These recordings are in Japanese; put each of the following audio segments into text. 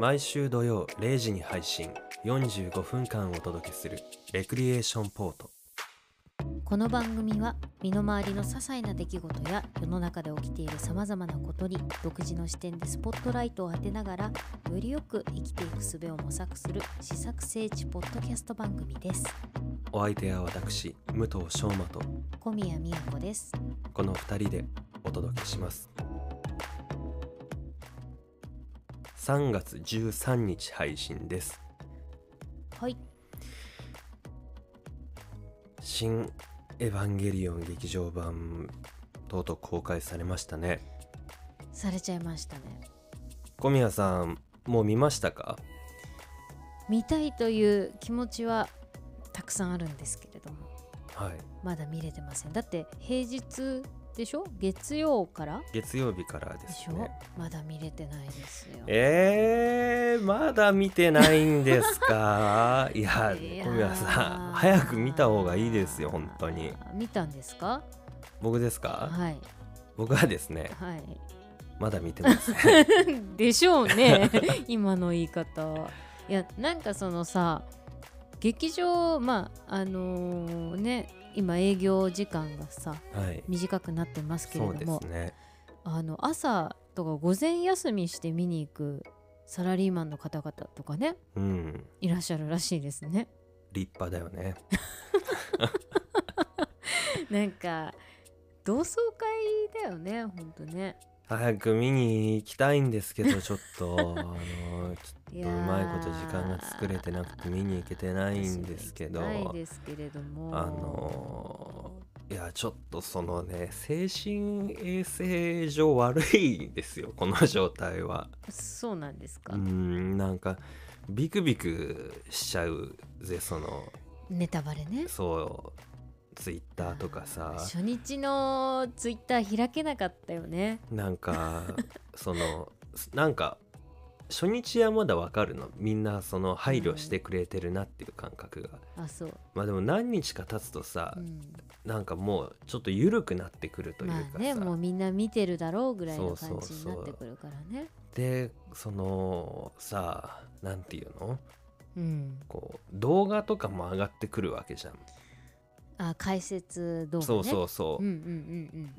毎週土曜0時に配信45分間お届けするレクリエーションポートこの番組は身の回りの些細な出来事や世の中で起きているさまざまなことに独自の視点でスポットライトを当てながらよりよく生きていく術を模索する試作聖地ポッドキャスト番組ですお相手は私武藤翔馬と小宮美代子ですこの2人でお届けします3月13日配信ですはい「新エヴァンゲリオン劇場版」とうとう公開されましたねされちゃいましたね小宮さんもう見ましたか見たいという気持ちはたくさんあるんですけれどもはいまだ見れてませんだって平日でしょ月曜から月曜日からででしすょ、ねまだ見れてないですよえー、まだ見てないんです かいやいやー小宮さん早く見た方がいいですよ本当に見たんですか僕ですかはい僕はですねはい まだ見てませんでしょ うね今の言い方いやなんかそのさ劇場まああのーね今営業時間がさはい短くなってますけれそうどでも、すねあの朝とか午前休みして見に行くサラリーマンの方々とかねうんいらっしゃるらしいですね。 立派だよねなんか同窓会だよねほんとね。早く見に行きたいんですけ どちょっとあのちいょっやとうーまいこと時間が作れてなくて見に行けてないんですけどないですけれどもあのーいやちょっとそのね精神衛生上悪いんですよこの状態はそうなんですうか、ーんなんかビクビクしちゃうぜそのネタバレねそうツイッターとかさ初日のツイッター開けなかったよねなんかそのなんか初日はまだわかるのみんなその配慮してくれてるなっていう感覚が、あそう、まあでも何日か経つとさ、うん、なんかもうちょっと緩くなってくるというかまさ、あねもうみんな見てるだろうぐらいのそ感うそじうにそうなってくるからねでそのさなんていうのうんこう動画とかも上がってくるわけじゃん、あ解説動画ねそうそううそうう、んうん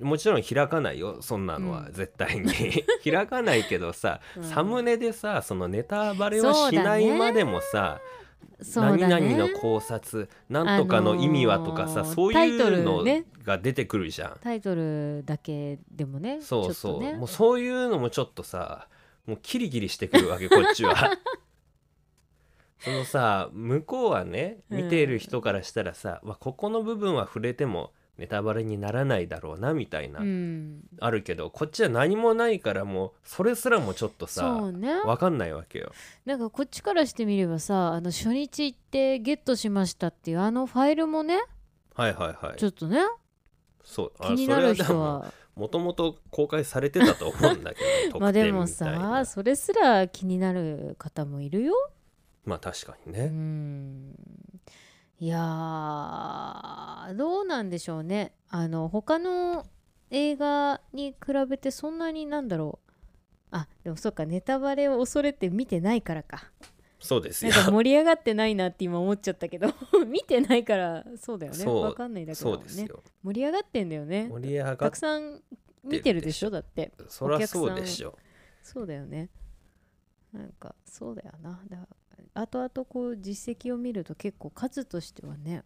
うんもちろん開かないよそんなのはうん絶対 に開かないけどさ、うんサムネでさそのネタバレそうをだしねないまでもさ、うんそう何だね々の考察なんとかの意味はとかさ、あのーそうタいイトうルのねが出てくるじゃん、タイトルだけでもねそうそちょう、っとねもうそういうのもちょっとさもうキリキリしてくるわけこっ ちはそのさ向こうはね見ている人からしたらさ、まあここの部分は触れてもネタバレにならないだろうなみたいな、うんあるけどこっちは何もないからもうそれすらもちょっとそさうねわかんないわけよなんかこっちからしてみればさあの初日行ってゲットしましたっていうあのファイルもねはいはいはいちょっとねそうあ気になる人それでもはもともと公開されてたと思うんだ けどま特あ典でもみたいさなそれすら気になる方もいるよ。まあ確かにうね、んいやーどうなんでしょうねあの他の映画に比べてそんなになんだろうあでもそうかネタバレを恐れて見てないからかそうですなんよか盛り上がってないなって今思っちゃったけど 見てないからそうだよねそうわかんないだけだそもうんですねよ盛り上がってんだよね盛り上がたっくさん見てるでしょだってそりゃそうでしょそうだよねなんかそうだよなだ後々こう実績を見ると結構数としてはね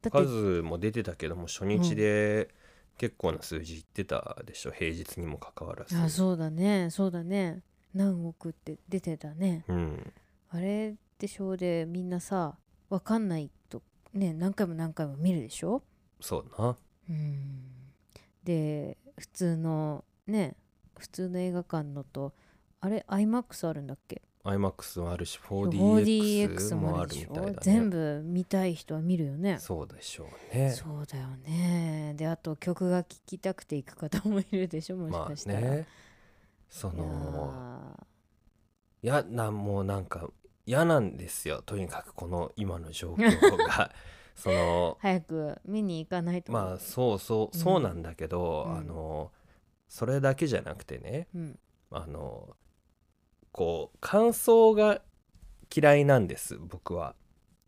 だって数も出てたけども初日で結構な数字いってたでしょ、平日にもかかわらずあそうだねそうだね何億って出てたねうんあれでしょうでみんなさわかんないとね何回も何回も見るでしょそうなうんで普通のね普通の映画館のとあれ IMAX あるんだっけ IMAX もあるし 4DX ?4DX ももああるるでみしたいょだね全部見たい人は見るよねそうでしょうねそうだよねであと曲が聴きたくて行く方もいるでしょもしまかしあたら、ねそのいやなもうなんか嫌なんですよとにかくこの今の状況 がそのいやー早く見に行かないとまあそうそううんそうなんだけど、うんあのそれだけじゃなくてねうんあのこう感想が嫌いなんです僕は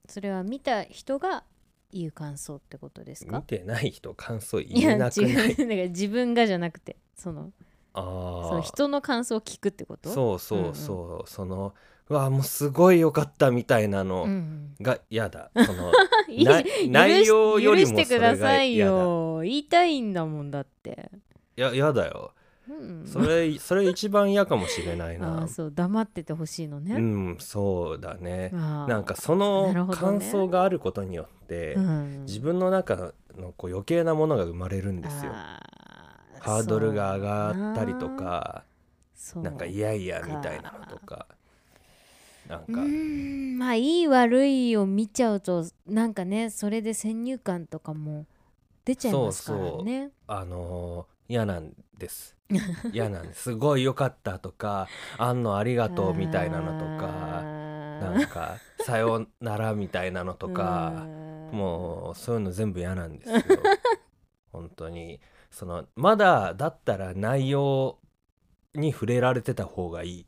それは見た人が言う感想ってことです見かてない人感想い言やえ違うなくない だから自分がじゃなくてそのそあのあ人の感想を聞くってことそうそうそう、そのうわもうすごい良かったみたいなのうんが嫌だ、そ のいいな許し内容よりも許してそれくがだ嫌ださいいやよ言いたいんだもんだって、嫌だようん、それそれ一番嫌かもしれないあなあそう黙っててほしいのうね、んそうだねああなんかそなのるほどね感想があることによって、うん自分の中のこう余計なものが生まれるんですよあーハードルが上がったりとかそうなんかいやいやみたいなのとかなんうか、ーんまあいい悪いを見ちゃうとなんかねそれで先入観とかも出ちゃいますからねあのー嫌なんです 嫌なんですすごい良かったとかあんのありがとうみたいなのとかなんかさよならみたいなのとかもうそういうの全部嫌なん ですよ本当にそのまだだったら内容に触れられてた方がいい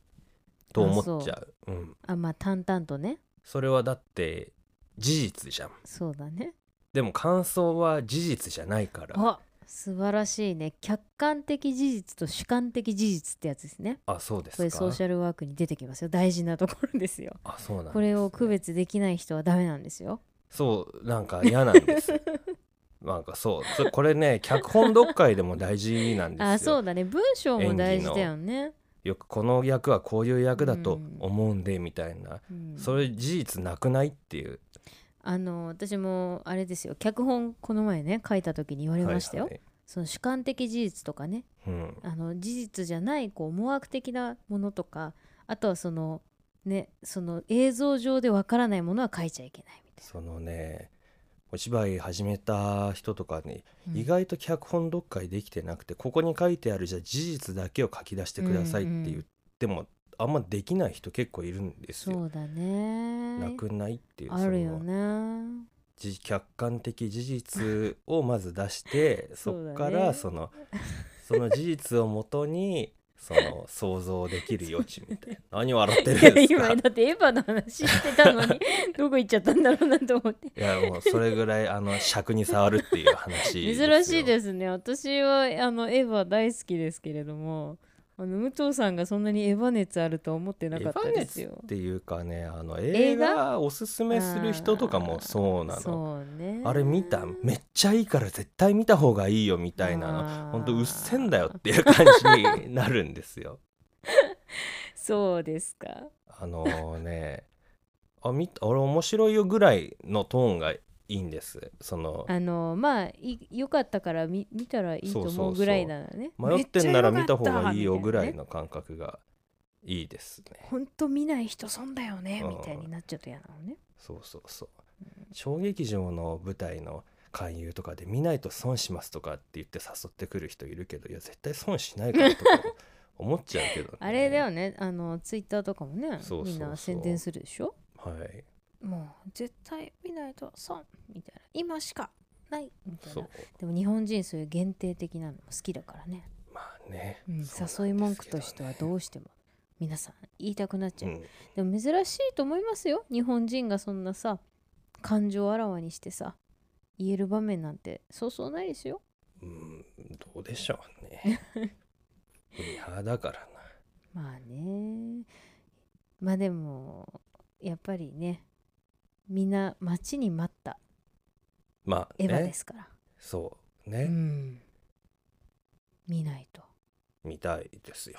と思っちゃうう、ん、うんあまあ淡々とねそれはだって事実じゃんそうだねでも感想は事実じゃないからあ素晴らしいね客観的事実と主観的事実ってやつですねあそうでこれすソかーシャルワークに出てきますよ大事なところですよあそうなんですねこれを区別できない人はダメなんですよそうなんか嫌なんです なんかそうそこれね脚本読解でも大事なんですよ あそうだね文章も大事だよね、よくこの役はこういう役だうとん思うんでみたいな、うんそれ事実なくないっていうあの私もあれですよ脚本この前ね書いた時に言われましたよ、はいはいその主観的事実とかねうん、あの事実じゃないこう思惑的なものとかあとはそのねその映像上でわからないものは書いちゃいけないみたいそのねお芝居始めた人とかね、うん意外と脚本読解できてなくてここに書いてあるじゃあ事実だけを書き出してくださいって言っても、あんまできない人結構いるんですなそよ。うだねなくないっていうあるよそのねじ客観的事実をまず出して そそうだねこからそのその事実をもとにその想像できる余地みたいな何笑ってるんいやですか 今だってエヴァの話してたのに どこ行っちゃったんだろうなと思っていやもうそれぐらいあの尺に触るっていう話で 珍すよしいですね私はあのエヴァ大好きですけれどもあの武藤さんがそんなにエヴァ熱あるとは思ってなかったですエヴァよ熱っていうかねあの映映画画おすすめする人とかもそうなのそうねあれ見ためっちゃいいから絶対見た方がいいよみたいなあーのほんとうっせんだよっていう感じになるんですよ そうですかあのねあ見た俺面白いよぐらいのトーンがいいんですそのあのまあいよかったから見見たらいいそとうそう思そううぐらいなのね迷ってんならめ見っちゃた良か方ったがいいよぐらいみたなねの感覚がいいですねほんと見ない人損だよねうんみたいになっちゃうと嫌なのねそうそうそう小劇場の舞台の勧誘とかで見ないと損しますとかって言って誘ってくる人いるけどいや絶対損しないからとか思っちゃうけどね あれだよねあのツイッターとかもそうそねうそうみんな宣伝するでしょはいもう絶対見ないと損みたいな今しかないみたいそなうでも日本人そういう限定的なのも好きだからね、まあね、うんそう誘いなん文です句けどとねしてはどうしても皆さん言いたくなっちゃう、うんでも珍しいと思いますよ日本人がそんなさ感情をあらわにしてさ言える場面なんてそうそうないですようん、どうでしょうねミーハーだからまあねまあでもやっぱりねみんな待ちに待ったなまあエヴァでねすから、そううね、ん見ないと見たいですよ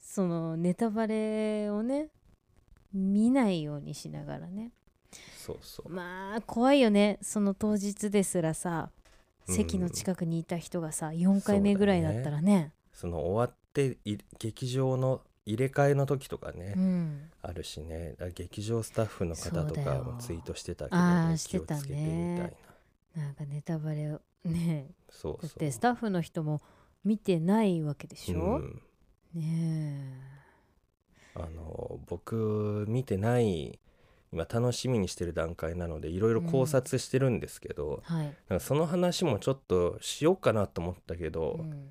そのネタバレをね見ないようにしながらねそうそう、まあ怖いよねその当日ですらさうん席の近くにいた人がさ4回目ぐらいだったらねその終わってい劇場の入れ替えの時とかね、うんあるしねだから劇場スタッフの方とそうだかよもツイートしてたけど、あーね、してたね気をつけてみたいななんかネタバレをねそうだっそうてスタッフの人も見てないわけでしうょ、ん、ねあの僕見てない今楽しみにしてる段階なのでいろいろ考察してるんですけど、えはい、なんかその話もちょっとしようかなと思ったけどう、ん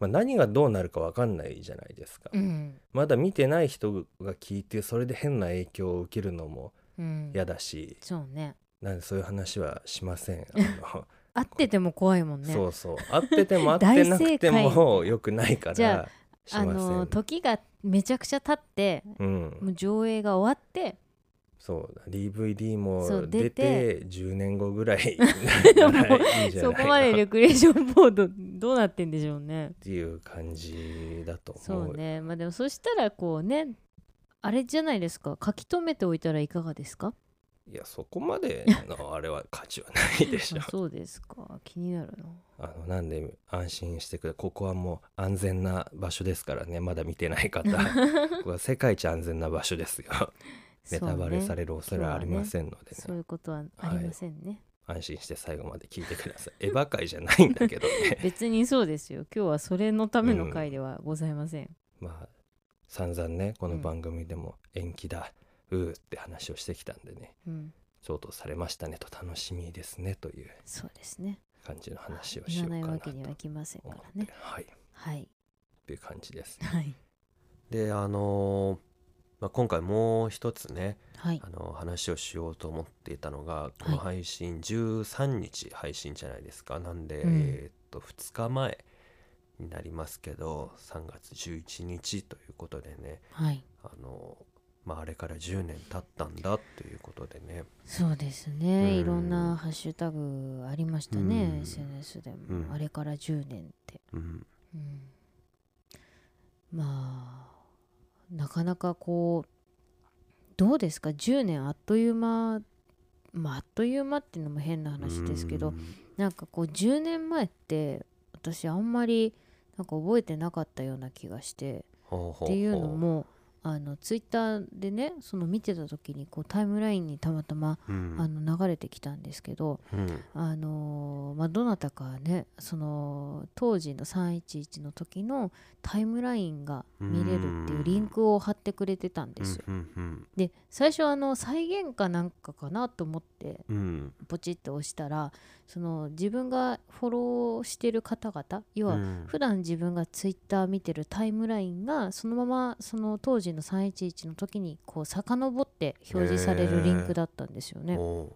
まあ、何がどうなるか分かんないじゃないですか、うんまだ見てない人が聞いてそれで変な影響を受けるのもうん嫌だし、そうねなんでそういう話はしませんあの会ってても怖いもんねそうそう合ってても合ってなくて大もよくないかじゃらしあません、の時がめちゃくちゃ経ってうん、もう上映が終わってそうだ DVD もそう出て出て10年後ぐらいもならいいんじゃ そなこいまでかなレっクリエーションボードどうなってんでしょうねていう感じだとそ思ううねまあでもそしたらこうねあれじゃないですか書き留めておいたらいかがですかいやそこまでのあれは価値はないでしょ あそうですか気になるなあのなんで安心してくだここはもう安全な場所ですからねまだ見てない 方ここは世界一安全な場所ですよ ネタバレされる恐れはありませんのでそう,、ねそういうことはありませんね、安心して最後まで聞いてくださいエ ヴァ界じゃないんだけどね 別にそうですよ今日はそれのための回ではございません、まあ散々ねこの番組でも延期だ、うーって話をしてきたんでねうん相当されましたねと楽しみですねというそうですね感じの話をし言よわうなかいなとわけにはいきませんか思らってねはいはいっていう感じですはいであのーまあ、今回もう一つねはいあの話をしようと思っていたのがいこの配信13日配信じゃないですか、なんで、うんえーっと2日前になりますけど3月11日ということでねはいあの、まあ、あれから10年経ったんだということでねそうですね、うんいろんなハッシュタグありましたね、うん SNS でも、うんあれから10年って、うんうんまあなかなかこうどうですか10年あっという間まああっという間っていうのも変な話ですけど、うんなんかこう10年前って私あんまりなんか覚えてなかったような気がしてほうほうほっていうのもあのツイッターでねその見てた時にこうタイムラインにたまたまうんあの流れてきたんですけど、うんあのーまあ、どなたかねその当時の311の時のタイムラインが見れるっていうリンクを貼ってくれてたんですよ。うんうんで最初あの再現かなんかかなと思ってうんうんポチッと押したらその自分がフォローしてる方々要うはん普段自分がツイッター見てるタイムラインがそのままその当時の311の時にこう遡って表示されるリンクだったんですよね。おう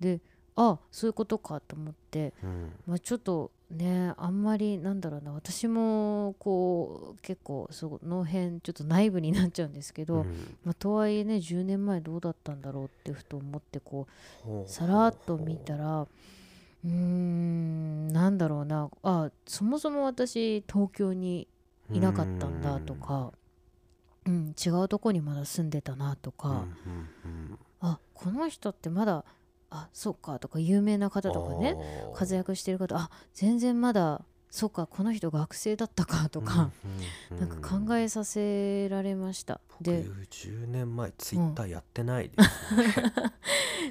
であそういうことかと思って、うんまあ、ちょっとねあんまりなんだろうな私もこう結構そう脳辺ちょっと内部になっちゃうんですけど、うんまあ、とはいえね10年前どうだったんだろうってふと思ってこうほうさらっと見たらうーんなんだろうなあそもそも私東京にいなかったんだとか、うん、違うとこにまだ住んでたなとうか、んうんうんあこの人ってまだあそうかとか有名な方とかねあー活躍してる方あ全然まだそうかこの人学生だったかとか、うんなんか考えさせられました。で僕10年前ツイッターやってないで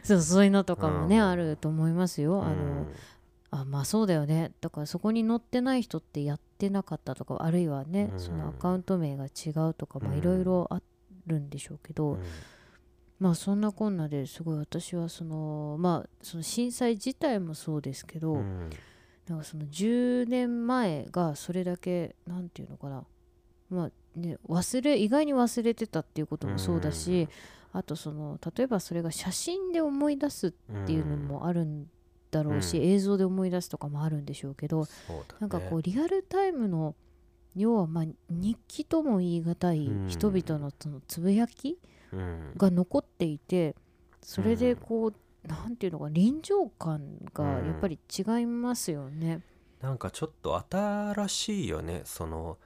す、そうそういうのとかもね、うんあると思いますよ。あのあまあそうだよねだからそこに載ってない人ってやってなかったとかあるいはね、うんそのアカウント名が違うとかまうあんいろいろあるんでしょうけど、うんまあそんなこんなですごい私はそのまあその震災自体もそうですけど、うんなんかその10年前がそれだけなんていうのかなまあね忘れ意外に忘れてたっていうこともそうだし、あとその例えばそれが写真で思い出すっていうのもあるんだろうし、うん映像で思い出すとかもあるんでしょうけど、そうだねなんかこうリアルタイムの要はまあ日記とも言い難いうん人々のそのつぶやきうんが残っていてそれでこうなんていうのか臨場感がやっぱり違いますよね。なんかちょっと新しいよねその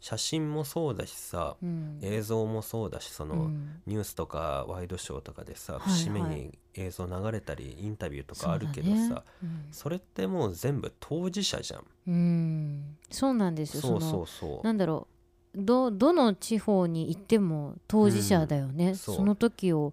写真もそうだしさうん映像もそうだしそうの、んニュースとかワイドショーとかでさはいはい節目に映像流れたりインタビューとかあるけどそうさ、だねうんそれってもう全部当事者じゃんうんそうなんですよそうそのそうそうなんだろうどどの地方に行っても当事者だよね、んそうその時を、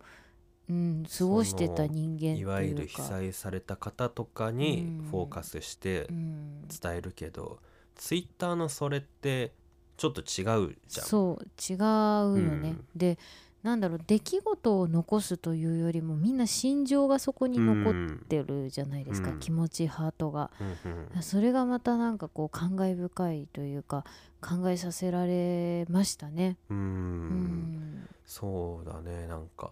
うん、過ごしてた人間っていういかわゆる被災された方とかにフォーカスしてうん、伝えるけど、ツイッターのそれってちょっと違うじゃん。そう違うよね、うんでなんだろう出来事を残すというよりもみんな心情がそこに残っうんてるじゃないですか、うん気持ちハートがうんうんそれがまたなんかこう感慨深いというか考えさせられましたね。うーうんん、そうだねなんか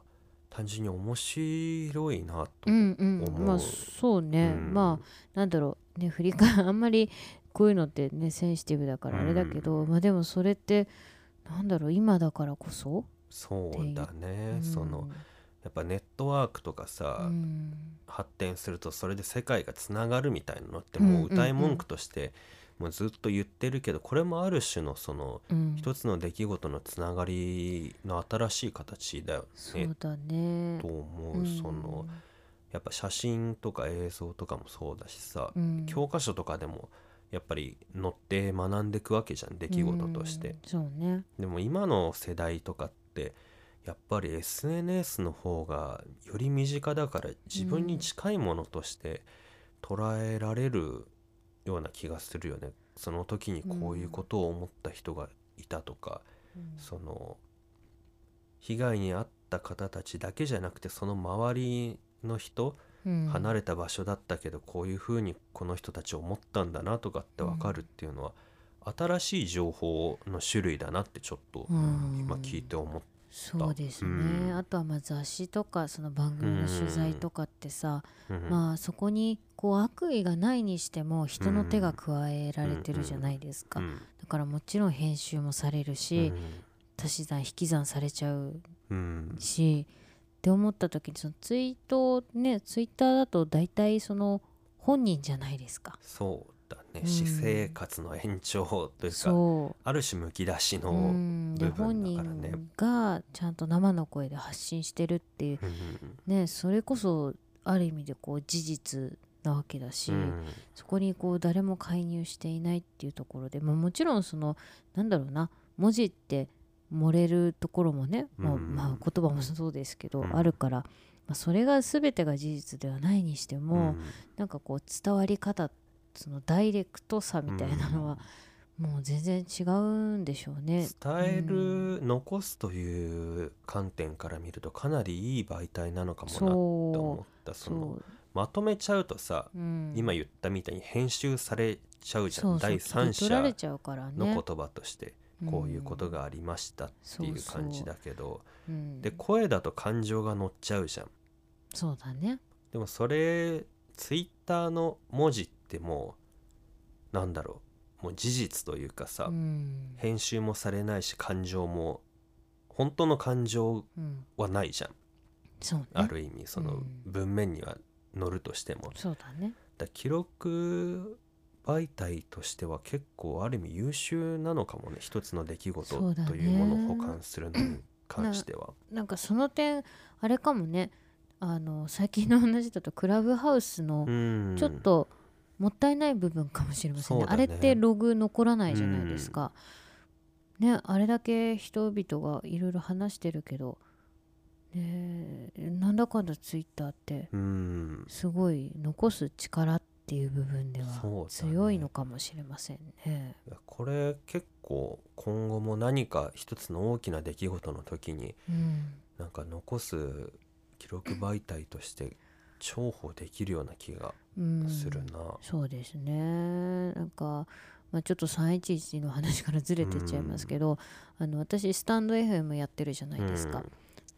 単純に面白いなとうん、うん思うまあそうね、うんまあなんだろうね振り返 あんまりこういうのってねセンシティブだからあれだけど、まあでもそれってなんだろう今だからこそ、そうだね、うんそのやっぱネットワークとかうさ、ん発展するとそれで世界がつながるみたいなのってもう歌い文句としてもうずっと言ってるけどこれもある種のそのうん一つの出来事のつながりの新しい形だよそねうだねと。思うそのやっぱ写真とか映像とかもそうだしさうん教科書とかでもやっぱり載って学んでいくわけじゃん出来事としてうん。そうねでも今の世代とかってやっぱり SNS の方がより身近だから自分に近いものとして捉えられるような気がするよね。その時にこういうことを思った人がいたとか、その被害に遭った方たちだけじゃなくてその周りの人、うん離れた場所だったけどこういうふうにこの人たち思ったんだなとかって分かるっていうのは、新しい情報の種類だなってちょっと、うん今聞いて思っそうですね、うんあとはまあ雑誌とかその番組の取材とかってさ、た、うんまあそこにこう悪意がないにしても人の手が加えられてるじゃないですか、うんだからもちろん編集もされるし、足し算引き算されちゃううんしって思った時にそのツイートをねツイッターだと大体その本人じゃないですか。そうだね、うん私生活の延長というかそうある種むき出しの、うんで部本分だから人ねがちゃんと生の声で発信してるっていううんねそれこそある意味でこう事実なわけだし、うんそこにこう誰も介入していないっていうところで、まあ、もちろんそのなんだろうな文字って漏れるところもね、まあうんまあ言葉もそうですけど、うんあるから、まあ、それが全てが事実ではないにしても、うんなんかこう伝わり方そのダイレクトさみたいなのは、もう全然違うんでしょうね。伝える、う残すという観点から見るとかなりいい媒体なのかもなってそ思うったそのそうまとめちゃうとさ、うん、今言ったみたいに編集されちゃうじゃんそうそう第三切り取られ者ちゃうからねの言葉としてこういうことががありましたっていう感じだけど、でで声だと感情が乗っちゃうじゃんそうだねでもそれツイッターの文字ってもうなんだろうもう事実というかさ、うん編集もされないし感情も本当の感情うんはないじゃん、そうねある意味そのうん文面には乗るとしても、そうだねだ記録媒体としては結構ある意味優秀なのかもね一つの出来そ事うだねというものを保管するのに関しては。なんかその点あれかもねあの最近の話だとクラブハウスのうんちょっともったいない部分かもしれませんね,、そうだあねれってログ残らないじゃないですか、ねあれだけ人々がいろいろ話してるけどねえなんだかんだツイッターってうんすごい残す力っていう部分ではそうだね強いのかもしれませんね。いやこれ結構今後も何か一つの大きな出来事の時にうんなんか残す記録媒体として重宝できるような気がうんするな。そうですねなんか、まあ、ちょっと311の話からずれてっちゃいますけど、あの私スタンド FM やってるじゃないですか、うん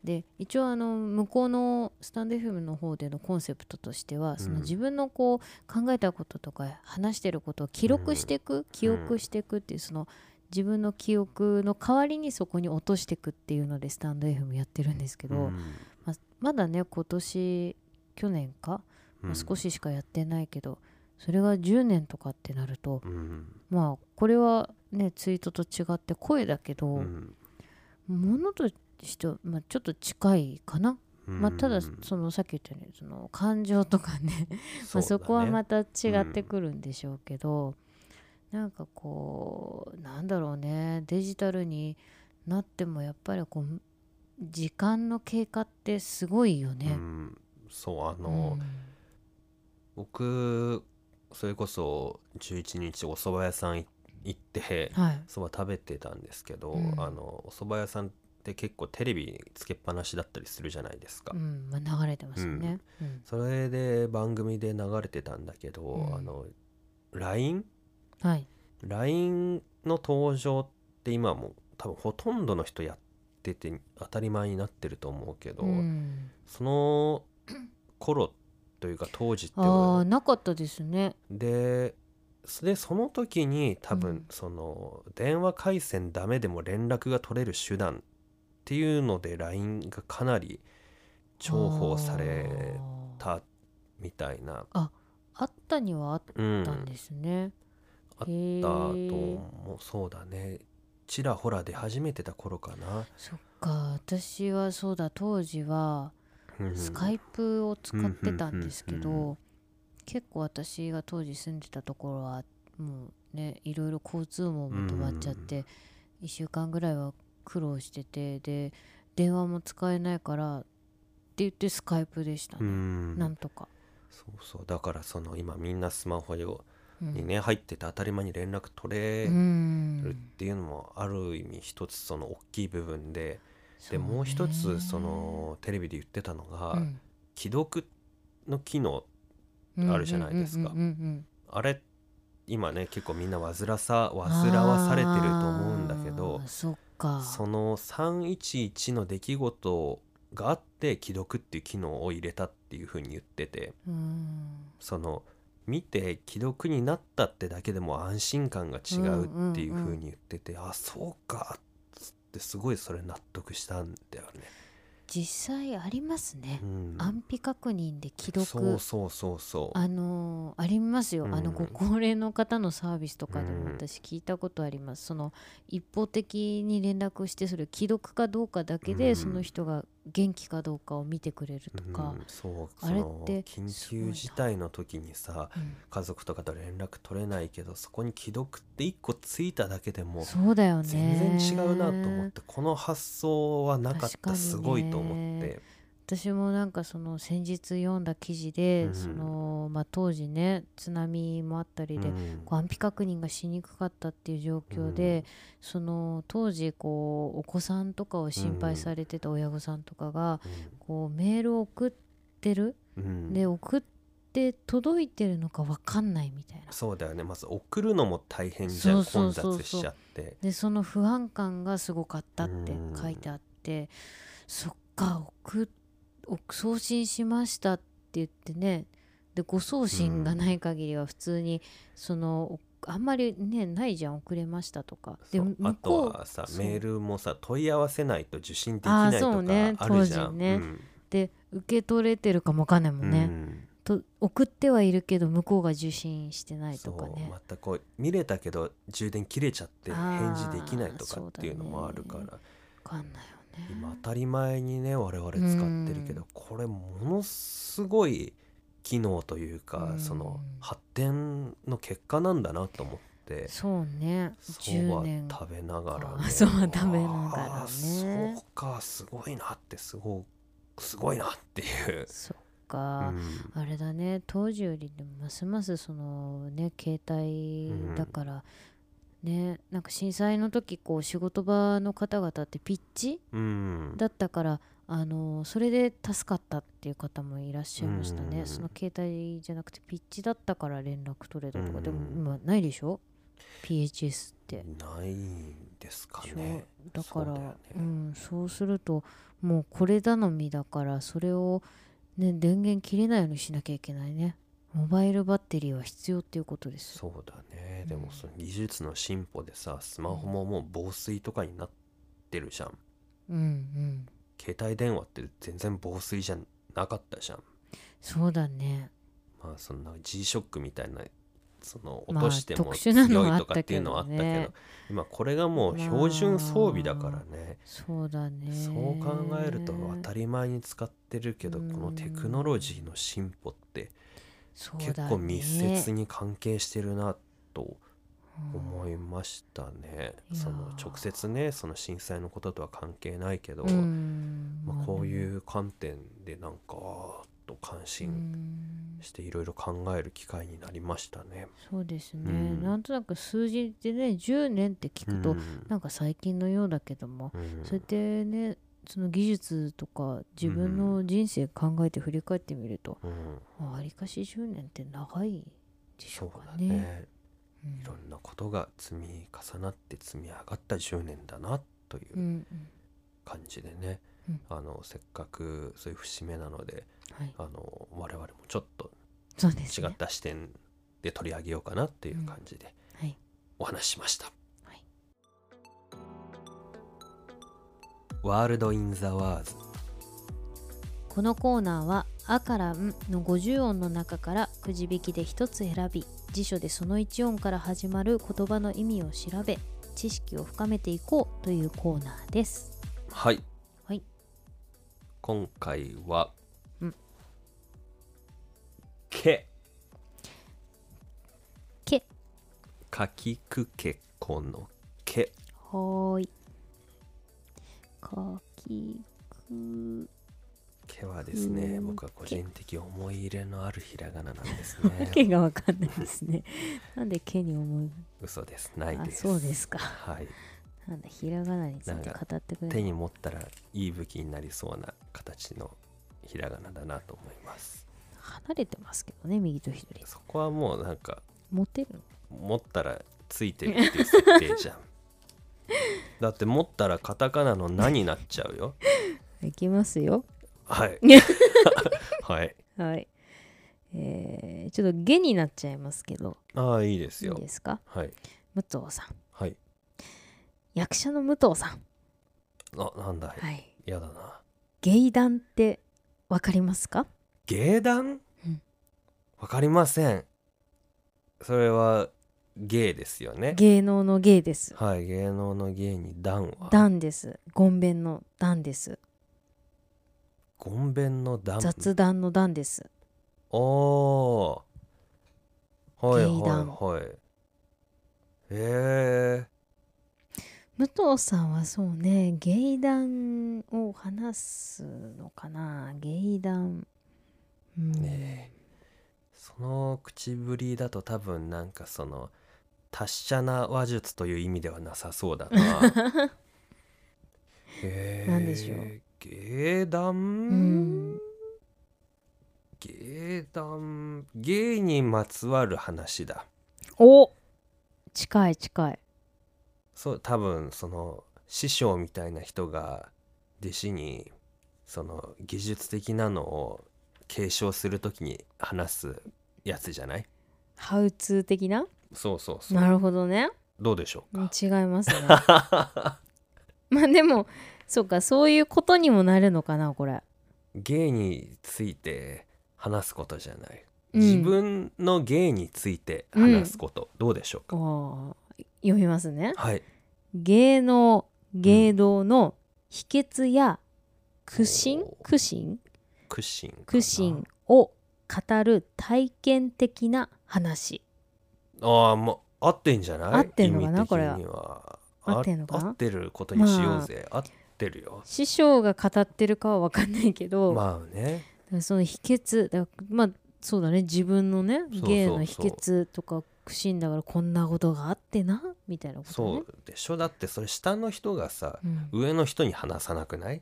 で一応あの向こうのスタンド FM の方でのコンセプトとしてはそのうん自分のこう考えたこととか話してることを記録していく、記憶していくっていうその自分の記憶の代わりにそこに落としていくっていうのでスタンド FM やってるんですけど、うんまあまだね今年去年かうまあん少ししかやってないけど、それが10年とかってなるとうんまあこれはねツイートと違って声だけど、うんものとしては、まあ、ちょっと近いかな、まあ、ただうんそのさっき言ったようにその感情と かねまあそこはまた違ってくるんでしょうけど、なんかこうなんだろうねデジタルになってもやっぱりこう時間の経過ってすごいようね。んそうあうの、ん僕それこそ11日お蕎麦屋さんい行ってはいそば食べてたんですけど、うんあのお蕎麦屋さんって結構テレビつけっぱなしだったりするじゃないですか、うん、まあ、流れてますよね。うんそれで番組で流れてたんだけど、うんあの LINE はい。 LINE の登場って今もう多分ほとんどの人やってて当たり前になってると思うけど、うん、その頃というか当時ってああ、なかったですね。でそでその時に多う分んその電話回線ダメでも連絡が取れる手段っていうので LINE がかなり重宝されあーたみたいな、あったにはあっうん、たんですね。あったへーだと思うそうだねちらほら出始めてた頃かな、そっか私はそうだ当時はうんスカイプを使ってたんですけうんうんうんうど結構私が当時住んでたところはもうねいろいろ交通網も止まっちゃって1週間ぐらいは苦労しててで電話も使えないからって言ってスカイプでしたうねんなんとか。そうそうだからその今みんなスマホ用うんにね入ってて当たり前に連絡取れるっうんていうのもある意味一つその大きい部分で、そでねもう一つそのテレビで言ってたのが、うん既読の機能うんあるじゃないですかうんうんうんあれ今ね結構みんな煩さうん煩わされてると思うんだけどあーそっかその311の出来事があって既読っていう機能を入れたっていうふうに言っててうんその見て既読になったってだけでも安心感が違うっていうふうに言ってて、あそうかっつってすごいそれ納得したんだよね。実際ありますねう、ん、安否確認で既読そうそうそうそうあのーありますよ、うんあのご高齢の方のサービスとかでもうん私聞いたことあります、その一方的に連絡してそれ既読かどうかだけで、うんその人が元気かどうかを見てくれるとかうん、そうあれってそのすご緊い急な事態の時にさうん家族とかと連絡取れないけどそこに既読って1個ついただけでもそうだよ全ね然違うなと思ってこの発想はなかっ確たかにねすごいと思って。私もなんかその先日読んだ記事で、うんそのまあ、当時ね津波もあったりで、うんこう安否確認がしにくかったっていう状況で、その当時こうお子さんとかを心配されてた親御さんとかが、こうメールを送ってる、うんうんで送って届いてるのか分かんないみたいなそうだよねまず送るのも大変じゃんそ混うそうそうそ雑しうちゃって。でその不安感がすごかったってうん書いてあって、そっか送っ送送信しましたって言ってねで誤送信がない限りは普通にそのあんまりねないじゃん遅れましたとかでそうあ向とこうはさそうメールもさ問い合わせないと受信できないとあーかそうねあるじゃ当ん。時ねで受け取れてるかもわかんないもうんんね、うんと送ってはいるけど向こうが受信してないとかねそうまたこう見れたけど充電切れちゃってあ返ー事できないとかっていうのもあるから、そうわかんないよね今当たり前にね我々使ってるけど、うんこれものすごい機能というか、うんその発展の結果なんだなと思って。そうねそ10ば年食べながら、かそば食べながらねあーそうかすごいなってすごすごいなっていう、そっうか、んあれだね当時よりでもますますそのね携帯うんだから、ねなんか震災の時こう仕事場の方々ってピッチうん、だったからあのそれで助かったっていう方もいらっしゃいましたね、うんその携帯じゃなくてピッチだったから連絡取れたとか、うんでも今ないでしょ PHS って。ないんですかそうね。だからそううだよねん、そうするともうこれ頼みだからそれを、ね、電源切れないようにしなきゃいけないねモバイルバッテリーは必要っていうことですそうだね、でうもんその技術の進歩でさスマホももう防水とかになってるじゃんうんうん携帯電話って全然防水じゃなかったじゃんそうだねまあそんな G ショックみたいなそのまあ落としても特強殊なのはいとかっていうのはあったけど,、あったけどね今これがもう標準装備だからね、そうだねそう考えると当たり前に使ってるけど、うんこのテクノロジーの進歩ってそうだね結構密接に関係してるなと思いましたね、うんそいのやー直接ねその震災のこととは関係ないけど、うんうんまあ、こうういう観点でなんかあーっと関心んしていろいろ考える機会になりましたね。そうですね、うんなんとなく数字でね10年って聞くと、うんなんか最近のようだけども、うんそうやってねその技術とか自分の人生考えて振り返ってみると、うんまあわりかし10年って長いでしょそううかだね。ねうんいろんなことが積み重なって積み上がった10年だなといううん感じでね、うんあのせっかくそういう節目なのでうんはい、あの我々もちょっとそうです違ね。った視点で取り上げようかなっていう感じではい、お話ししました、はいワールド・イン・ザ・ワーズこのコーナーは「あ」から「ん」の50音の中からくじ引きで1つ選び辞書でその1音から始まる言葉の意味を調べ知識を深めていこうというコーナーです。はいはい、今回はうん「けけ」かきくけこの「けはーい。かきく」けはですねうん僕は個人的思い入れのあるひらがななんですねけがわかんないです ね。なんでけに思い嘘ですないあですそうですか。はいなんだひらがなについて語ってくれ手るに持ったらいい武器になりそうな形のひらがなだなと思います離れてますけどね右と左そこはもうなんかモテる持ったらついてるっていう設定 じゃんだって持ったらカタカナの「な」になっちゃうよいきますよはい はいはいえー、ちょっと「げ」になっちゃいますけどああいいですいいよですかはい武藤さんはい役者の武藤さんあなんだはいやだな芸団ってわかりますか芸団うんわかりませんそれは芸ですよね芸能の芸ですはい芸能の芸に団は段ですごんべんの段ですごんべんの団雑談の段ですおーはいはい芸団はいえ武藤さんはそうね芸談を話すのかな芸談うんー、ねえその口ぶりだと多分なんかその達者な話術という意味ではなさそうだ なえー、なんでしょう芸団、うん芸団芸にまつわる話だお近い近いそう多分その師匠みたいな人が弟子にその技術的なのを継承するときに話すやつじゃないハウツー的なそうそうそうなるほどねどうでしょううんか違い ますねまあでもそうかそういうことにもなるのかなこれ芸について話すことじゃない、うん自分の芸について話すこと、どうでしょうかおー読みますねはい芸能芸道の秘訣や苦心おー苦心苦心かな苦心を語る体験的な話ああま合ってんじゃない合ってんのかな意味的にはあ合ってんのかな合ってることにしようぜ、合ってるよ師匠が語ってるかは分かんないけど、まあねその秘訣だからまあそうだね自分のねそうそう芸の秘訣とか苦心だからこんなことがあってなみたいなことそねうでしょだってそれ下の人がさうん上の人に話さなくない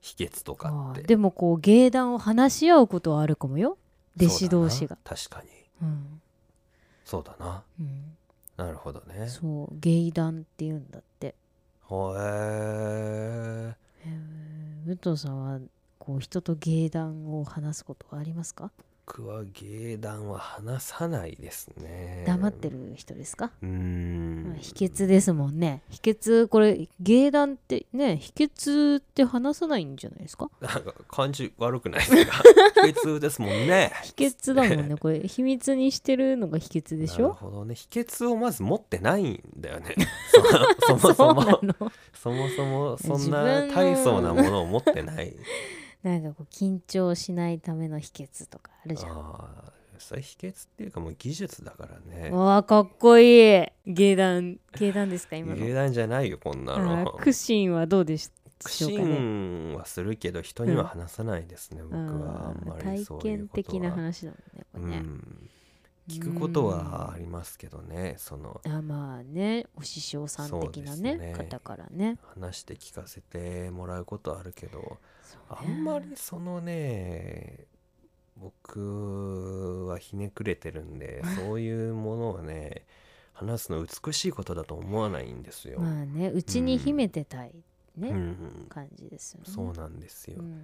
秘訣とかあっあてでもこう芸談を話し合うことはあるかもよ弟子同士がそうだな確かにうん、そうだなうんなるほどねそう芸談って言うんだって、ほえーえー武藤さんはこう人と芸談を話すことはありますか僕は芸談は話さないですね黙ってる人ですか、うーんまあ秘訣ですもんね秘訣これ芸談ってね秘訣って話さないんじゃないですかなんか感じ悪くないです か秘訣ですもんね秘訣だもん ねこれ秘密にしてるのが秘訣でしなるょほどね秘訣をまず持ってないんだ よねそそもそもそうなのそもそもそん自な分の大層なものを持ってない。なんかこう緊張しないための秘訣とかあるじゃんああ、それ秘訣っていうかもう技術だからね。うわかっこいい芸談芸談ですか今の芸談じゃないよこんなあの。ー苦心はどうでし苦しょうかね心はするけど人には話さないですね、僕はああーんまり体そういう験ことは。的な話だもんねこかうね、ん、聞くことはありますけどねそのあまあねお師匠さん的なねそうですね方からね話して聞かせてもらうことあるけどそうねあんまりそのね僕はひねくれてるん でそういうものをね話すの美しいことだと思わないんですよ。まあねうちに秘めてたいね、うん、感じですよねそうなんですよ、うん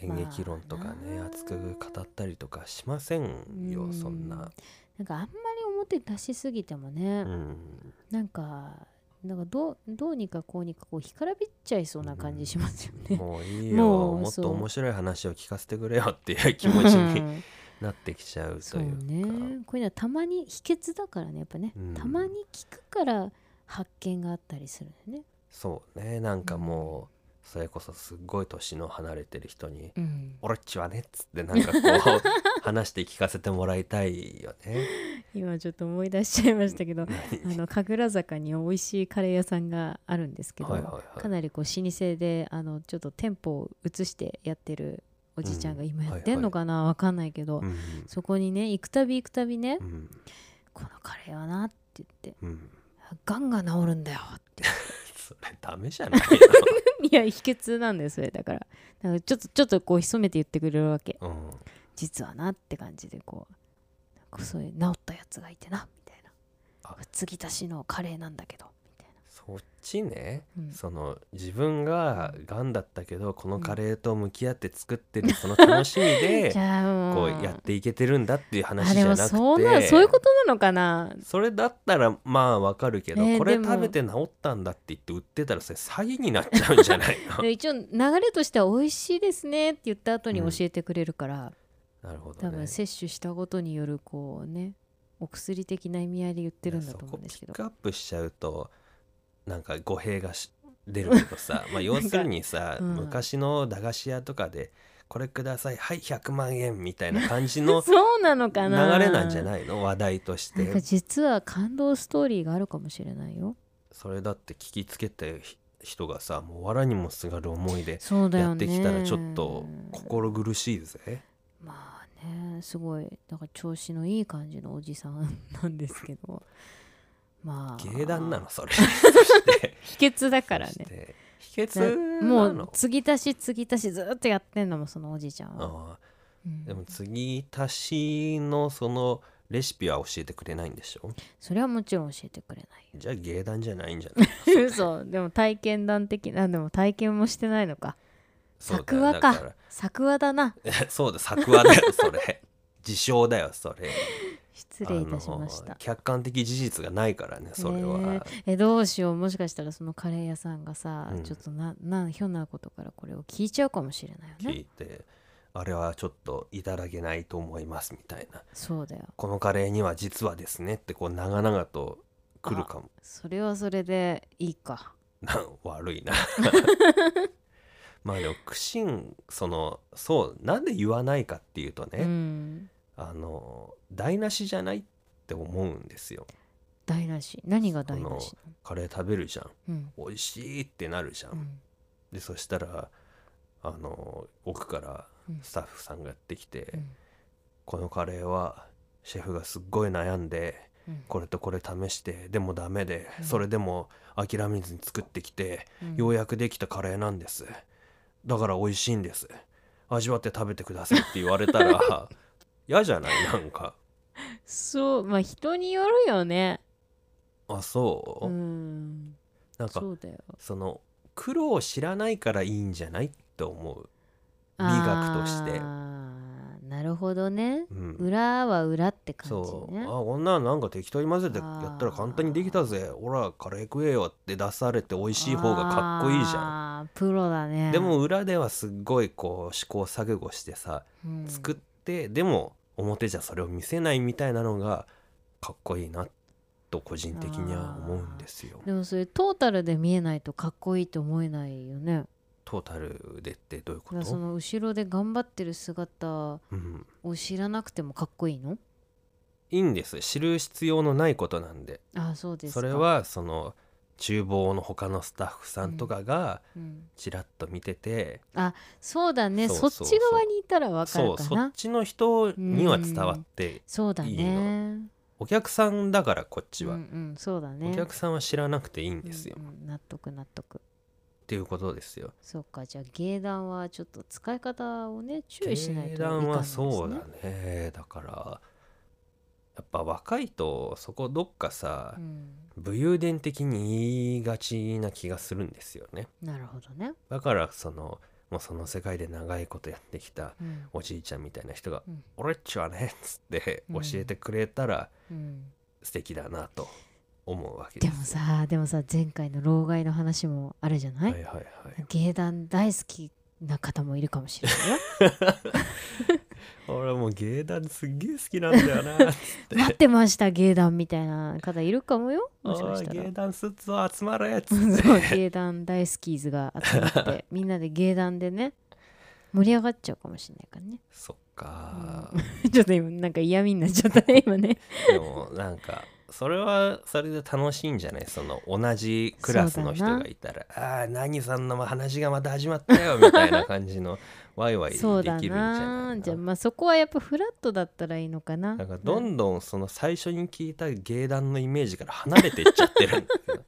演劇論とかねまあな熱く語ったりとかしませんうよんそんな。なんかあんまり表に出しすぎてもね、 うんなんかなんかどうどうにかこうにかこう干からびっちゃいそうな感じしますよね。もういいよもうもっそうと面白い話を聞かせてくれよっていう気持ち にうんなってきちゃうそとういうか。ねこういうのはたまに秘訣だからねやっぱね、うんたまに聞くから発見があったりするのね。そうねなんかもうそれこそすっごい年の離れてる人にうん「俺っちはね」っつってなんかこう話して聞かせてもらいたいよね。今ちょっと思い出しちゃいま したけどあ何の神楽坂に美味しいカレー屋さんがあるんですけど、はいはいはいかなりこう老舗であのちょっと店舗を移してやってるおじちゃんが今やってんのかな、わかんないけど、うんそこにね行くたび行くたびね、うんこのカレーはなって言ってうん、がんが治るんだよってそれダメじゃないよ、 いや秘訣なんですよだからだからちょっとちょっとこう潜めて言ってくれるわ けうん、実はなって感じでこうなんかそういう治ったやつがいてなみたいあな継ぎ足しのカレーなんだけどみたいそっちね、うんその自分ががんだったけどこのカレーと向き合って作ってるその楽しみなでじゃあもこうやっていけてるんだっていう話あじでゃもなくそうなそういうてことなの かなそれだったらまあわかるけど、ねえこれでも食べて治ったんだって言って売ってたらそれ詐欺になっちゃうんじゃない で一応流れとしては美味しいですねって言った後に教えてくれるから、のなるほど多ね分摂取したことによるこうねお薬的な意味合いで言ってるんだと思うんですけどそこピックアップしちゃうとなんか語弊がし出るけど さまあ要するにさ、うん昔の駄菓子屋とかで「これくださいはい100万円」みたいな感じの そうなの流かれななんじゃないの話題としなんかて実は感動ストーリーがあるかもしれないよそれだって聞きつけたひ人がさもう藁にもすがる思いでそうだやよってねきたらちょっと心苦しいぜ。まあねすごいだから調子のいい感じのおじさんなんですけど まあ芸談なのそれそして秘訣 だからそしねて秘訣だなものう継ぎ足し継ぎ足しずーっとやってんのもそのおじいちゃんは、ああうんでも次足しのそのレシピは教えてくれないんでしょそれはもちろん教えてくれないよじゃあ芸談じゃないんじゃ ない嘘でも体験談的なでも体験もしてないのかそうだ作よ話だかから 作話だなそうだ作話だよそれ自称だよそれ失礼いたしましあのた客観的事実がないからねそれは、ねええどうしようもしかしたらそのカレー屋さんがさ、うんちょっとななひょんなことからこれを聞いちゃうかもしれないよ聞ねいてあれはちょっといただけないと思いますみたいなそうだよこのカレーには実はですねってこう長々と来るかもそれはそれでいいかな悪いなまあでも苦心そのそうなんで言わないかっていうとね、うんあの台無しじゃないって思うんですよ台無し何が台無しカレー食べるじゃんうん美味しいってなるじゃん、うんでそしたらあの奥からうんスタッフさんがやってきて、うんこのカレーはシェフがすっごい悩んでうんこれとこれ試してでもダメで、うんそれでも諦めずに作ってきて、うんようやくできたカレーなんですだから美味しいんです味わって食べてくださいって言われた ら嫌じゃないなんかそうまあ人によるよねあそう、うんなんかそうだよその苦労を知らないからいいんじゃないって思う美学として、あーなるほどねうん、裏は裏って感そじうねあこんなのなんか適当に混ぜてやったら簡単にできたぜほらカレー食えよって出されて美味しい方がかっこいいじゃゃんプロだねんでも裏ではすっごいこう試行錯誤してさうん作って、でも表じゃそれを見せないみたいなのがかっこいいなと個人的には思うんですよでもそれトータルで見えないとかっこいいと思えないよねトータルでってどういうだかこらそと、の後ろで頑張ってる姿うん、を知らなくてもかっこいいのいいんです知る必要のないことなんであそうですかそれはその厨房の他のスタッフさんとかがうん、ちらっと見てて、そうだねそうそそうっそうち側にいたらわかそるうかそっなちの人には伝わってそうだねいいのお客さんだからこっちは、うんうん、そうだねお客さんは知らなくていいんですよ、うっんうん納得納得ていうことですよ。そうかじゃあ芸団はちょっと使い方をね注意しないとい値かん段のではすねそうだねだからやっぱ若いとそこどっかさ、うん、武勇伝的に言いがちな気がするんですよねなるほどね、だからそのもうその世界で長いことやってきたうんおじいちゃんみたいな人がうん「俺っちはね」っつってう教んえてくれたらうん、素敵だなと思うわけでですもよ。さでもさ前回の老害の話もあるじゃない、はいはいはい、芸団大好きな方もいるかもし れないよ 俺もう芸団すっげえ好きなんだよ なっつって待ってました芸団みたいな方いるかもよおもしかしいたら芸団スーツを集まれっつっ そうて芸団大好きーズが集まって みんなで芸団でね盛り上がっちゃうかもしれないからねそっかちょっと今なんか 嫌味になっちゃったね 今ねでもなんかそれはそれで楽しいんじゃないその同じクラスの人がいたら「ああー何さんの話がまた始まったよ」みたいな感じのワイワイできそるんうじゃだないかななじゃあまあそこはやっぱフラットだったらいいのかななんかどんどんその最初に聞いた芸団のイメージから離れていっちゃってるんだ けど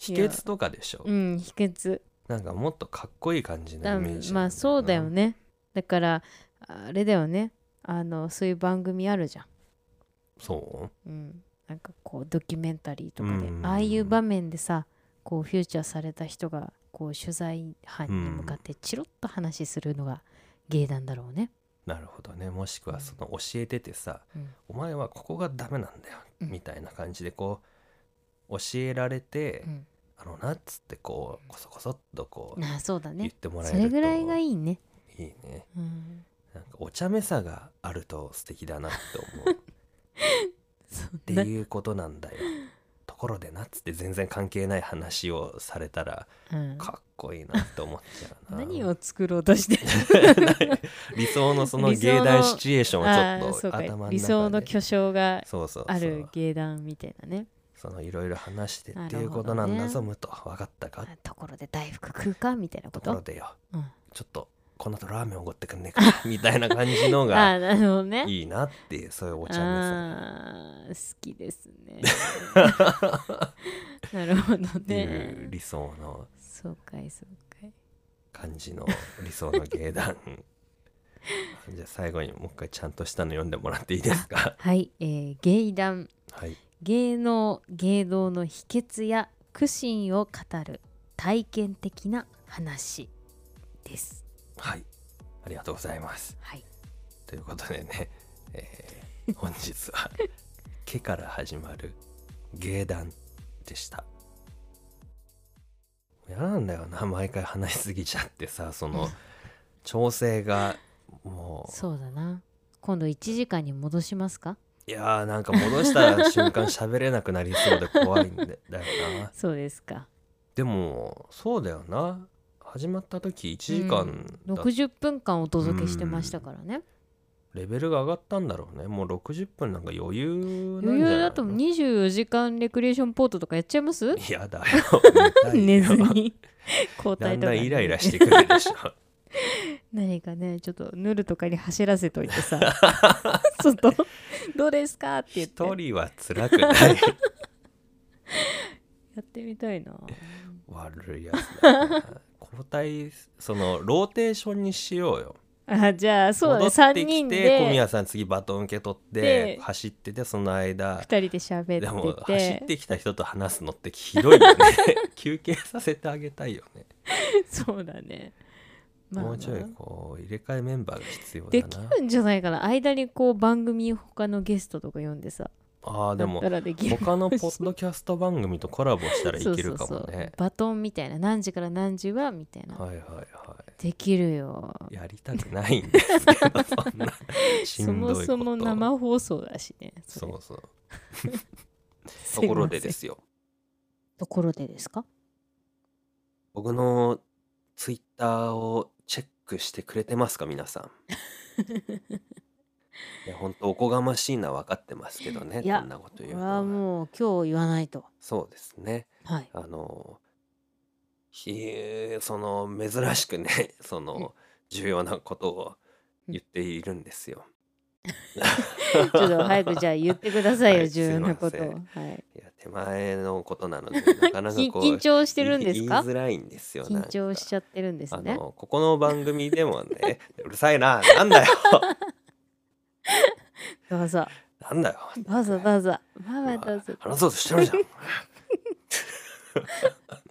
秘訣とかでしょうん秘訣なんかもっとかっこいい感じのだイメージまなんあそうだよなねだからあれだよねあのそういう番組あるじゃんそううん、なんかこうドキュメンタリーとかで、うんああいう場面でさこうフューチャーされた人がこう取材班に向かってチロッと話するのが芸なんだろうね。なるほどねもしくはその教えててさ、うんお前はここがダメなんだよ、うんみたいな感じでこう教えられて、うん、あのなっつってこうこそこそっとこうああそうだ言っね。てもらえそるとれぐらいがいいいね。いねうん、なんかお茶目さがあると素敵だなって思うっそんてないうことなん だよところでなっつって全然関係ない話をされたらうんかっこいいなって思っちゃ うな何を作ろうとしてる理想のその 理想の芸大シチュエーションあをあちそょっとうか頭の中で理想の巨匠がそうそうそうある芸団みたいなねそのいろいろ話してっなるほてどいうことなんだぞ、ねむと分かったかあところで大福食うかみたいなことところでようん、ちょっとこの後ラーメンおごってくんねえか なみたいな感じのあがあなるほどねいいなっていうそういうお茶目さあー好きですね なるほどっていうね理想のそうかいそうかい感じの理想の芸団 じゃあ最後にもう一回ちゃんとしたの読んでもらっていいですかはい、えー、芸談 はい芸能芸道の秘訣や苦心を語る体験的な話ですはいありがとうございますはいということでね、 えー本日 は「け」から始まる芸談でした嫌なんだよな毎回話しすぎちゃってさそ の調整がもうそうだな今度1時間に戻しますかいやーなんか戻した瞬 間喋れなくなりそうで怖いんだよなそうですかでもそうだよな始まった時1時間うん、だ60分間お届けしてましたからねレベルが上がったんだろうねもう60分なんか余裕なんじゃない余の裕だと24時間レクリエーションポートとかやっちゃいますやだよ 寝ず痛いよ に交だ代んとだかんイライラしてくるでしょ 何かねちょっとヌルとかに走らせとい てさちょっと「どうですか?」って言って一人は辛くないやってみたいな悪いやつだな交代そのローテーションにしようよあじゃあそうだね戻っ3てき人て小で宮さん次バトン受け取ってで走っててその間2人で喋でもって走てってきた人と話すのってひどいよね休憩させてあげたいよね、 そうだね、まあまもあうちょいこう入れ替えメンバーが必要でだきなるんじゃないかな間にこう番組他のゲストとか呼んでさああでもだったらできる他のポッドキャスト番組とコラボしたらいける かもねバトンみたいな何時から何時はみたいな、はいはいはいできるよやりたくないんですけどそん なしそんどいこもとそも生放送だしねそれうそうすといませんころでですよところでですか僕のツイッターをチェックしてくれてますか皆さんいや本当おこがましいのは分かってますけどねいやこんなことこ言れうのはもう今日言わないと。そうですね はい。あのひその珍しくね そうんの重要なことを言っているんですよ。 ちょっと早くじゃあ言ってくださいよ、はい重要なことすを。いはまい。いや手前のことなの でなかなかきこう緊張してるんです言い言いかづらいんですよ緊張しちゃゃってるんですあね。のここの番組でもね うるさいななんだよ どうぞ。なんだよどうぞどうぞ。まあまあどうぞ。話そうとしてるじゃん。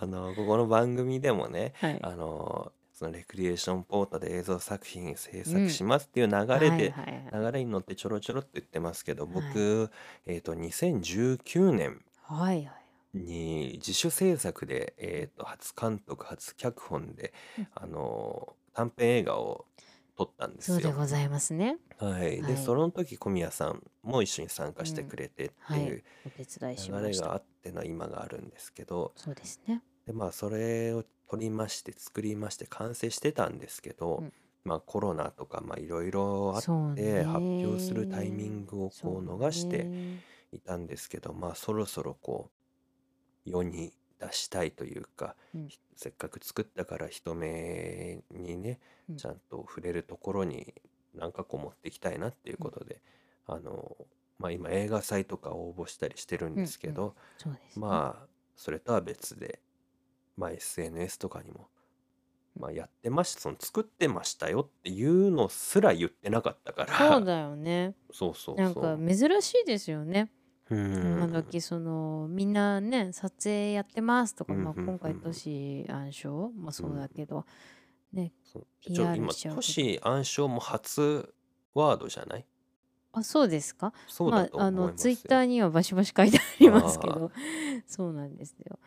あのここの番組でもねはい。あのそのレクリエーションポータで映像作品制う作んしますっていう流れで、はいはいはい流れに乗ってちょろちょろって言ってますけどはい僕、えー、と2019年はいはい。に自主制作で、えー、と初監督初脚本で、うんあの短編映画を撮ったんですそうよ。でございますね。はい、で、はいその時小宮さんも一緒に参加してくれてっていうお手伝いしま流れしがた。あっての今があるんですけどそうですね。でまあそれを撮りまして作りまして完成してたんですけど、うんまあコロナとかまあいろいろあっそうてね。発表するタイミングをこう逃してそうねいたんですけど、まあそろそろこう世に出したいというか、うんひせっかく作ったから人目にねうんちゃんと触れるところに何かこう持っていきたいなっていうことで、あのまあ今映画祭とか応募したりしてるんですけど、うんそうですね。まあそれとは別で、まあ、SNS とかにも、まあ、やってましたその作ってましたよっていうのすら言ってなかったからそうだよね。 そうそうそうなんか珍しいですよね。うん今時そのみんなね撮影やってますとか、まあ、うんうんうん今回都市暗唱もそうだけど、ねそうちょ PR 今しちゃう都市暗唱も初ワードじゃないあそうですかそうだと思いますよ、あ、あのツイッターにはバシバシ書いてありますけど そうなんですよ。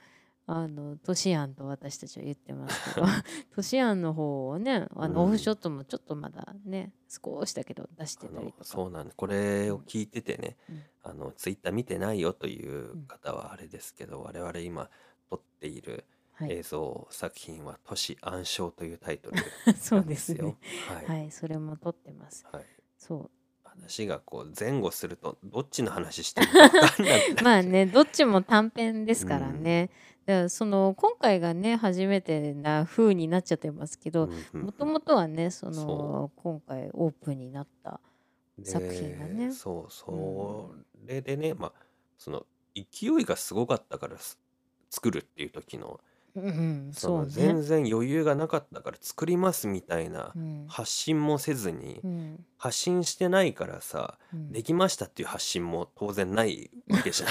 あの都市案と私たちは言ってますけど 都市案の方をねあのうんオフショットもちょっとまだね、少しだけど出してあたりのとかそうなんですこれを聞いててね、うんあのツイッター見てないよという方はあれですけど、我々今撮っているはい映、像作品は「都市暗唱」というタイトル そなうんでですすねよ。。はいはい、それも撮ってます。はい、そ話がこう前後するとどっちの話してるか分かんなくなっちゃうう まあねどっちも短編ですからね、だからその今回がね初めてな風になっちゃってますけどもともとはねそのそ今回オープンになったで作品がねそうそうんれでね、まあその勢いがすごかったからす作るっていう時のうんうんそそうのね全然余裕がなかったから作りますみたいなうん発信もせずに、うん発信してないからさうんできましたっていう発信も当然ないわ けじゃん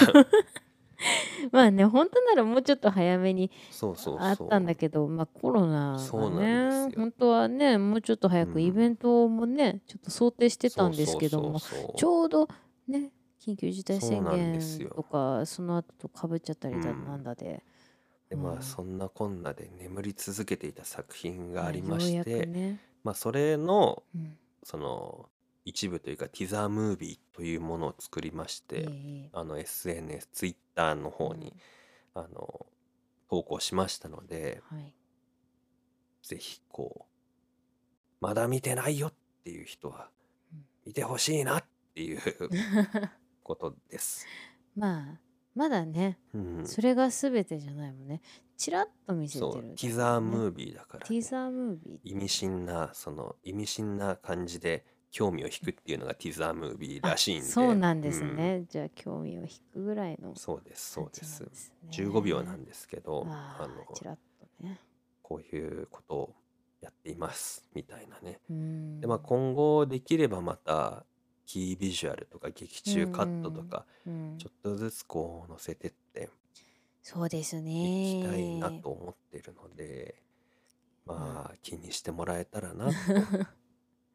まあね本当ならもうちょっと早めにそうそうそうあったんだけどまあコロナそうがなんねですよ本当はねもうちょっと早うくんイベントもねちょっと想定してたんですけどもそうそうそうそうちょうどね緊急事態宣そうなんです言よとかその後とかぶっちゃったりだうんなんだで、でうまんあそんなこんなで眠り続けていた作品まがあありまして、ようやくね、まあそれのうんその一部というかティザームービーというものを作りまして、ええあの SNS ツイッターの方に、あの投稿しましたのでうんはい、 ぜひこうまだ見てないよっていう人はうん見てほしいなって いうことです。まあまだねうん、それが全てじゃないもんねチラッと見せてそるうティザームービーだから、ティザームービー意味深なその意味深な感じで興味を引くっていうのがティザームービーらしいんでそうなんですうね、んじゃあ興味を引くぐらいのそうですそうです感じなんですね15秒なんですけどああーチのラッとねこういうことをやっていますみたいなねうんで、まあ、今後できればまたキービジュアルとか劇中カットとかうんちょっとずつこう載せてってそうですねいきたいなと思ってるので、まあ気にしてもらえたらなと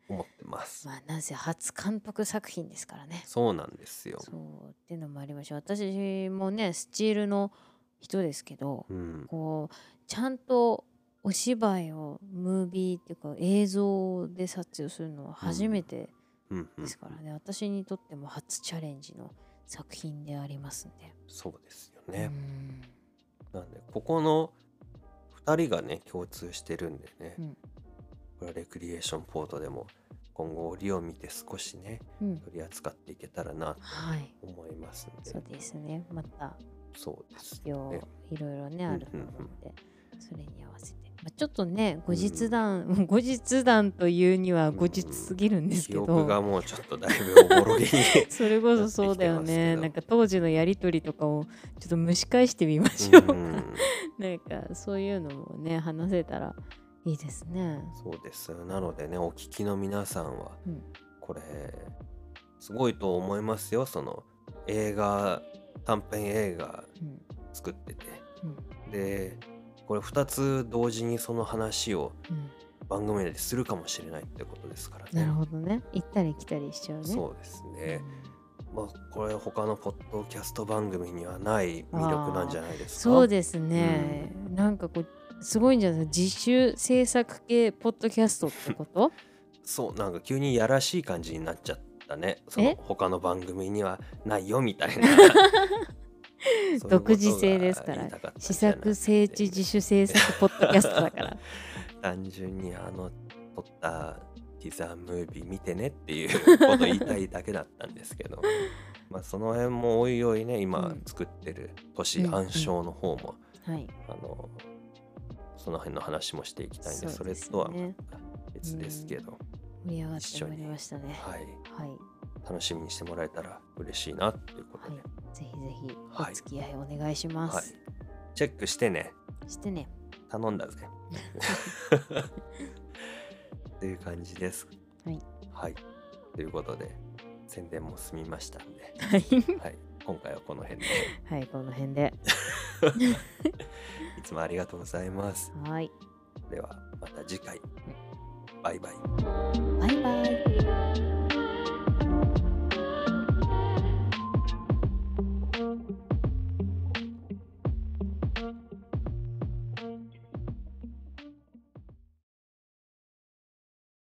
思ってます。 まあなんせ初監督作品ですからねそうなんですよ。そうっていうのもありましょう私もねスチールの人ですけど、うん、こうちゃんとお芝居をムービーっていうか映像で撮影するのは初めてうんうんですからね、私にとっても初チャレンジの作品でありますんで、そうですようね。んなんでここの2人がね共通してるんでね、うんこれはレクリエーションポートでも今後折を見て少しねうん、取り扱っていけたらなとはい。思いますんでそうですね。またそうです発表、いろいろね、うんあると思って、それに合わせて。まあ、ちょっとね、後日談、 後日談というには後日すぎるんです記けど。憶がもうちょっとだいぶおぼろ げにそれこそそうだよねなってきてますけどなんか当時のやり取りとかをちょっと蒸し返してみましょうか、うん なんかそういうのもね話せたらいいですねそうですなのでねお聞きの皆さんは、うんこれすごいと思いますよその映画短編映画うん作っててうんでこれ2つ同時にその話をうん番組内でするかもしれないってことですからね。なるほどね行ったり来たりしちゃうねそうですうんね、まあこれ他のポッドキャスト番組にはない魅力なんじゃないですかそうですね、なんかこうすごいんじゃないですか自主制作系ポッドキャストってことそうなんか急にやらしい感じになっちゃったねそのえ他の番組にはないよみた いなそういうことが独自性ですか言らいたったんじ試ゃない作聖地自主制作ポッドキャストだから 単純にあの撮ったティザームービー見てねっていうこと言いたいだけだったんですけ どまあその辺もおいおいねう今ん作ってる都市うん暗唱の方も、はいあのその辺の話もしていきたいんでそそうですれとはねまた別ですけど、盛り上がって一緒まにいりましたねはい、はい楽しみにしてもらえたら嬉しいなっていうことはいで、、ぜひぜひはいお付き合いお願いしまはいす。、チェックしてねしてね、頼んだ ぜという感じですはい、はい、ということで宣伝も済みましたんで はい、はい、今回はこの辺ではい、この辺で、いつもありがとうございます。はい、ではまた次回。バイバイ。バイバイ。